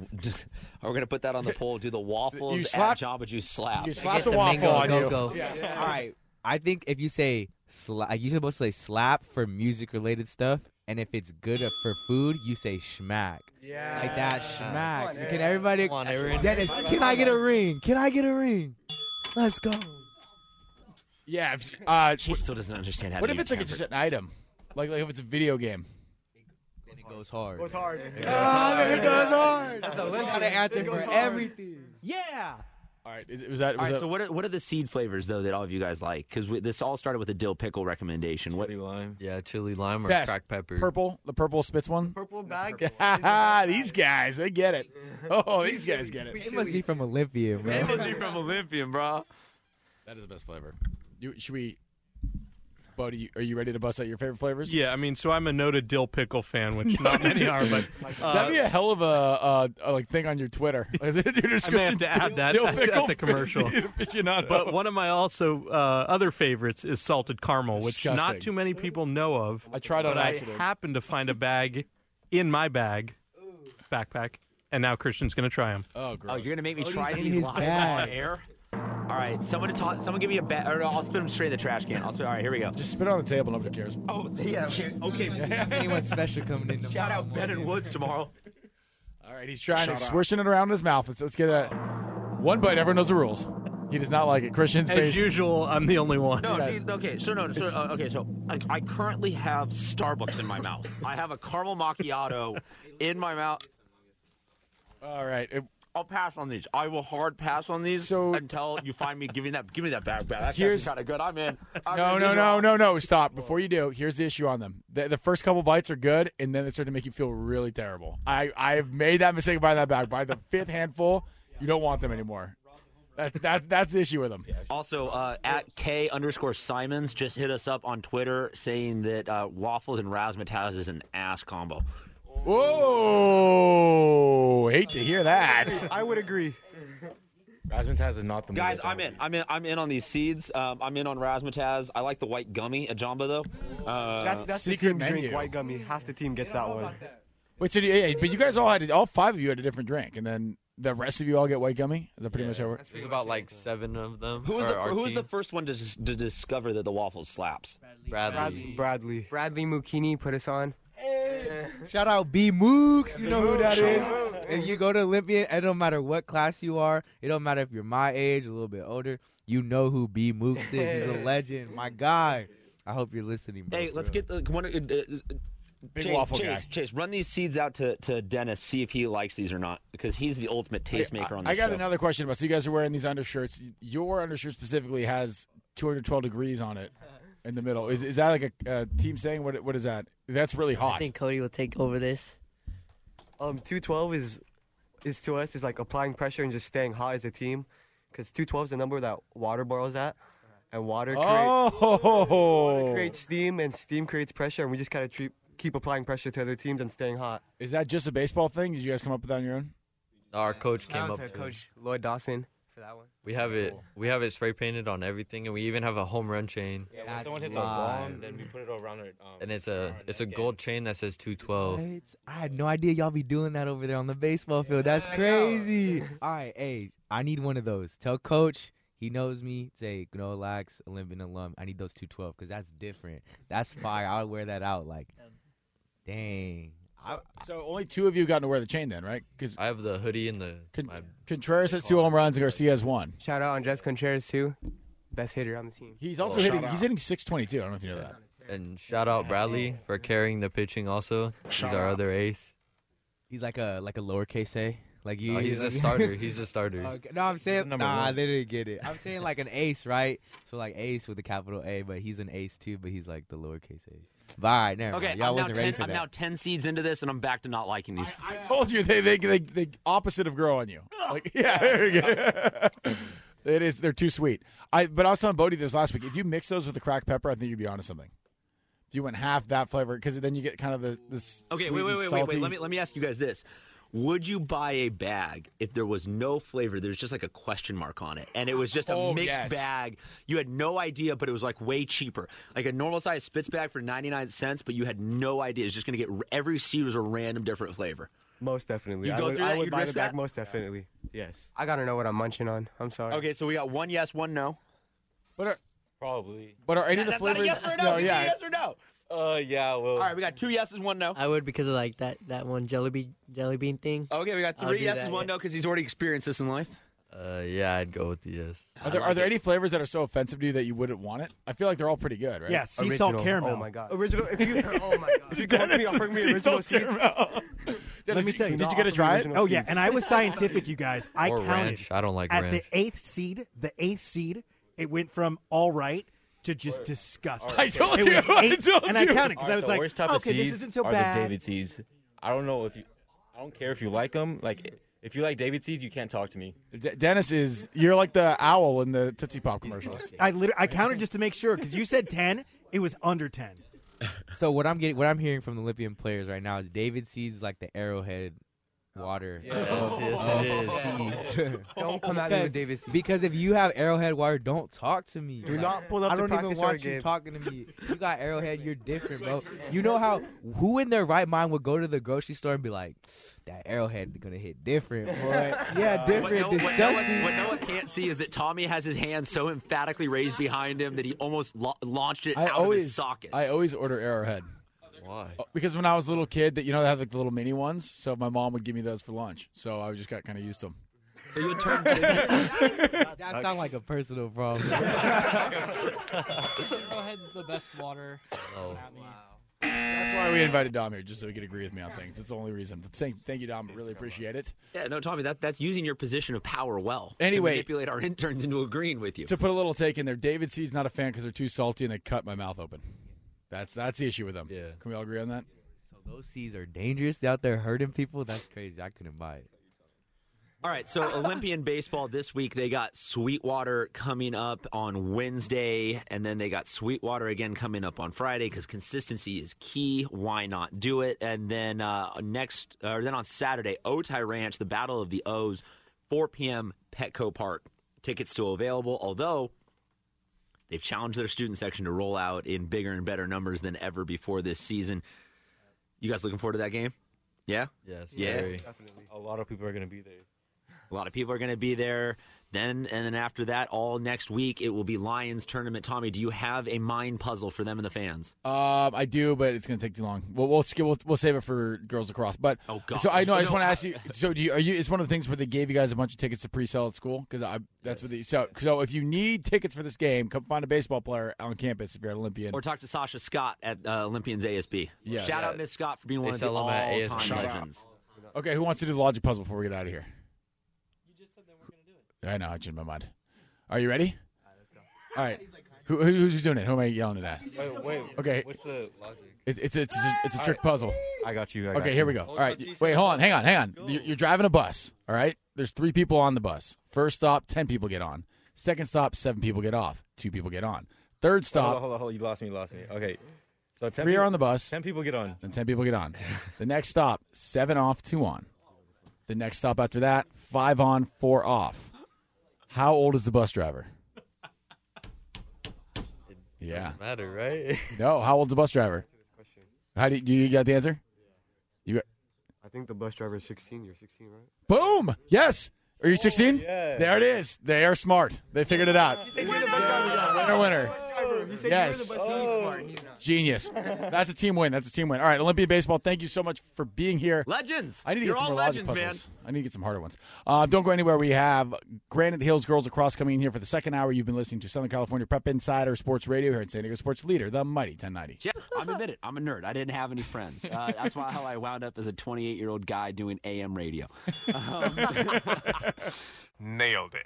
we're gonna put that on the poll. Do the waffles
You
at
slap-
Jamba Juice slap?
you slap the waffle on you.
All right. I think if you say sla- like, you're supposed to say slap for music related stuff, and if it's good for food, you say schmack. Yeah. Like that schmack. can everybody?
Come on, everyone.
Dennis, can I get a ring? Can I get a ring? Let's go.
Yeah. If, uh,
she still doesn't understand how.
What
to
if
do
it's like it's
temper-
just an item, like like if it's a video game?
goes hard.
Goes hard.
It
Yeah.
goes
Ah,
hard.
then it goes hard.
That's
It
a
goes
list
hard.
to answer
It
for
goes hard.
everything. Yeah.
All right. Is, was that? Was
all right,
that
so what are, what are the seed flavors though that all of you guys like? Because this all started with a dill pickle recommendation. Chili what?
lime. Yeah, chili lime or
Yes.
cracked pepper.
Purple, the purple spits one.
Purple bag.
these guys, they get it. Oh, these guys get it.
It must be from Olympia, man.
from Olympian, bro.
That is the best flavor. You, should we? Bodie, you- are you ready to bust out your favorite flavors?
Yeah, I mean, so I'm a noted dill pickle fan, which not many are, but uh,
That'd be a hell of a, uh, a like thing on your Twitter. Is it your
I may have
description?
to add
Dill-
that
dill
at
pickle
the commercial.
aficionado.
But one of my also uh, other favorites is salted caramel, which
Disgusting.
not too many people know of. I
tried on
but I
accident.
happened to find a bag in my bag backpack, and now Christian's gonna try them.
Oh, gross.
Oh, you're gonna make me
Oh,
try
he's in
these
his
live
bag.
on air. All right, someone to talk. Someone give me a bet, or I'll spit them straight in the trash can. I'll spit. All right, here we go.
Just spit it on the table. Nobody cares.
Oh yeah. Okay. okay.
Anyone special coming in?
Shout out Ben and Woods tomorrow.
All right, he's trying.
Shut
He's
up.
swishing it around in his mouth. Let's, let's get a one bite. Everyone knows the rules. He does not like it. Christian's
As
face.
usual, I'm the only one.
No, dude, okay, so no, so, uh, okay, so I, I currently have Starbucks in my mouth. I have a caramel macchiato in my mouth.
All right,
I'll pass on these. I will hard pass on these until you find me giving that. Give me that bag back. That's
Here's-
kind of good. I'm in. I'm
No,
in.
no,
These
no,
are-
no, no. Stop. Before you do, here's the issue on them. The, the first couple bites are good, and then they start to make you feel really terrible. I, I've made that mistake by that bag. By the fifth handful, you don't want them anymore. That's that's that's the issue with them.
Also, uh, at K underscore Simons just hit us up on Twitter saying that uh, waffles and razzmatazz is an ass combo.
Whoa! Hate to hear that.
I would agree.
Razzmatazz is not the
Guys, I'm in. I'm in. I'm in on these seeds. Um, I'm in on razzmatazz. I like the white gummy at Jamba though. Uh,
That's, that's the team drink white gummy. Half the team gets that one.
Wait, so do you, yeah, but you guys all had all five of you had a different drink, and then the rest of you all get white gummy. Is that pretty much how it works?
There's about like seven of them.
Who was
or
the
our
who was the
team.
first one to, dis- to discover that the waffle slaps?
Bradley.
Bradley.
Bradley Mukini put us on.
Shout out B Mooks. You know who that
Shout
is. If you go to Olympian, it don't matter what class you are. It don't matter if you're my age, a little bit older. You know who B Mooks is. He's a legend. My guy. I hope you're listening, bro.
Hey, let's get the one. Uh, uh,
Big
Chase,
waffle
Chase,
guy.
Chase, run these seeds out to, to Dennis. See if he likes these or not, because he's the ultimate tastemaker on this
I got
show.
another question about. So you guys are wearing these undershirts. Your undershirt specifically has 212 degrees on it
Uh-huh.
in the middle. Is, is that like a, uh team saying? What what is that? That's really
I
hot.
think Cody will take over this.
Um, two twelve is is to us is like applying pressure and just staying hot as a team, because two twelve is the number that water boils at, and water create-
Oh,
creates steam and steam creates pressure, and we just kind of treat, keep applying pressure to other teams and staying hot.
is that just a baseball thing? Did you guys come up with that on your own?
Our coach
Shout
came
out
up
to
to
Coach Lloyd Dawson for that one.
We have it. We have it spray painted on everything, and we even have a home run chain.
Yeah, when
That's
someone hits a bomb,
live.
then we put it around it. Um,
And it's a it's a gold chain that says 212.
What? I had no idea y'all be doing that over there on the baseball field. That's crazy. All right, hey, I need one of those. Tell coach he knows me. Say Gnolax, Olympian alum. I need those two twelve because that's different. That's fire. I'll wear that out. Like, dang.
So, so only two of you got to wear the chain then, right? Because
I have the hoodie
Uh,
and the. my-
Contreras has two home runs and Garcia has one.
Shout out Andres Contreras too, best hitter on the team.
He's also hitting. He's hitting 622. I don't know if you know that.
and shout out Bradley for carrying the pitching. Also, he's our other ace.
He's like a like a lowercase a. Like you.
No, oh, he's a starter. He's a starter.
Okay. No, I'm saying
number
nah.
one.
They didn't get it. I'm saying like an ace, right? So like ace with a capital A, but he's an ace too. But he's like the lowercase a. But all right, never
Okay,
mind. Y'all
I'm, now
wasn't ready
10,
for
I'm
that.
now ten seeds into this, and I'm back to not liking these.
I told you they they they, they opposite of grow on you. Like yeah, there you go. it is. They're too sweet. I but I was telling Bodie this last week. If you mix those with the cracked pepper, I think you'd be onto something. If you went half that flavor, because then you get kind of the this.
okay, wait, wait, wait, wait, wait. Let me let me ask you guys this: Would you buy a bag if there was no flavor? There's just like a question mark on it, and it was just a
Oh,
mixed
yes.
bag. You had no idea, but it was like way cheaper, like a normal size Spitz bag for 99 cents, but you had no idea. It's just gonna get every seed was a random different flavor.
Most definitely.
You
I
go
would,
through
I
that,
would
you'd
buy
risk
the back
that?
most definitely. Yes.
I gotta know what I'm munching on. I'm sorry.
Okay, so we got one yes, one no.
But are,
probably.
but are
Yeah, that's not a yes or a no. Give me a yes or no.
Uh, yeah. Well.
All right, we got two yeses, one no.
I would because of like that that one jelly bean jelly bean thing.
Okay, we got
I'll
three
do
yeses,
that,
one
yeah.
no, because he's already experienced this in life.
Uh, yeah, I'd go with the yes.
Are there are there any flavors that are so offensive to you that you wouldn't want it? I feel like they're all pretty good, right?
Yeah, sea salt Original. caramel.
Oh my god,
Original. If you, oh my god. If you go to me
Dennis,
offering me
sea
original
salt
seeds,
caramel.
Let me
did
tell
you-
you.
did you get to try it?
Oh yeah, and I was scientific, you guys. I
Or
counted.
ranch. I don't like
At
ranch.
the eighth seed, the eighth seed, it went from all right to just disgust.
I told
It
you,
was
I
eight,
told
and I
you.
counted because
Alright,
I was
the
like,
worst type of
okay, this
seeds
isn't so
are
bad.
The David seeds. I don't know if you. I don't care if you like them. Like if you like David seeds, you can't talk to me.
D- Dennis is you're like the owl in the Tootsie Pop commercials.
I literally I counted just to make sure because you said ten, it was under ten.
So what I'm getting, what I'm hearing from the Olympian players right now is David sees like the arrowhead water.
Oh. Yes, yes, it is. Don't come at me with David Seeds.
Because if you have arrowhead water, don't talk to me.
Do not pull up
I
to
don't even
practice
want
our
you
game.
talking to me. You got arrowhead, you're different, bro. You know how who in their right mind would go to the grocery store and be like, that arrowhead gonna hit different, boy. Yeah,
What
different,
Noah, what Noah-
disgusting.
what Noah can't see is that Tommy has his hand so emphatically raised behind him that he almost lo- launched it
I
out of
always
his socket.
I always order Arrowhead. Uh,
Why?
Because when I was a little kid, that you know they have like the little mini ones, so my mom would give me those for lunch. So I just got kind of used to them.
So you
turn- That That sounds like a personal problem.
Arrowhead's the best water. Don't at me.
Oh. That's why we invited Dom here, just so he could agree with me on things. That's the only reason. But thank, thank you, Dom. Really appreciate it.
Yeah, no, Tommy, that, that's using your position of power well.
Anyway.
to manipulate our interns into agreeing with you.
To put a little take in there, David C's not a fan because they're too salty and they cut my mouth open. That's that's the issue with them. Yeah. Can we all agree on that? So
those Seeds are dangerous They're out there hurting people. That's crazy. I couldn't buy it.
All right, so Olympian baseball this week. They got Sweetwater coming up on Wednesday, and then they got Sweetwater again coming up on Friday because consistency is key. Why not do it? And then uh, next, or then on Saturday, Otai Ranch, the Battle of the O's, 4 p.m. Petco Park. Tickets still available, although they've challenged their student section to roll out in bigger and better numbers than ever before this season. You guys looking forward to that game? Yeah.
Yes,
Yeah.
very.
A lot of people are going to be there.
A lot of people are going to be there. Then and then after that, all next week it will be Lions tournament. Tommy, do you have a mind puzzle for them and the fans?
Um, I do, but it's going to take too long. We'll we'll, skip, we'll we'll save it for girls across. But
Oh, God.
so I know I just
No,
want to
I-
ask you. So do you, are you? It's one of the things where they gave you guys a bunch of tickets to pre-sell at school because I that's what they. So so if you need tickets for this game, come find a baseball player on campus if you're an Olympian.
Or talk to Sasha Scott at uh, Olympians ASB.
Yes.
Shout out Miss Scott for being
They
one of the
sell 'em at
all-time
ASB. Shout out.
legends.
Okay, who wants to do the logic puzzle before we get out of here? You just said they weren't going to do it. I know it's in my mind. Are you ready? All right. Who, who- who's doing it? Who am I yelling at?
Wait, wait.
Okay.
What's the logic?
It's it's it's, a, it's a
All
trick
right.
puzzle.
I got you, I
okay,
got
here
you.
we go. All
Hold
right,
on, T-Star.
wait, hold on, hang on, hang on. You're, you're driving a bus. All right, there's three people on the bus. First stop, ten people get on. Second stop, seven people get off. Two people get on. Third
Hold on,
stop,
hold on, hold on. You lost me. You lost me. Okay. So 10
three
people,
are on the bus.
Ten people get on.
Then ten people get on. the next stop, seven off, two on. The next stop after that, five on, four off. How old is the bus driver? Yeah.
Doesn't matter, right?
No, how old's the bus driver? How do you, do you got the answer? You got,
I think the bus driver is 16. You're 16, right?
boom. Yes. Are you 16?
yeah.
There it is. They are smart. They figured it out. Winner, winner. Yes. Genius. That's a team win. That's a team win. All right, Olympia baseball. Thank you so much for being here.
Legends.
I need to
You're
get some
all
more logic
legends, man.
puzzles. I need to get some harder ones. Uh, don't go anywhere. We have Granite Hills Girls Across coming in here for the second hour. You've been listening to Southern California Prep Insider Sports Radio here in San Diego Sports Leader, the Mighty 1090.
Yeah, I'm admitted. I'm a nerd. I didn't have any friends. Uh, that's why how I wound up as a 28 year old guy doing AM radio.
Nailed it.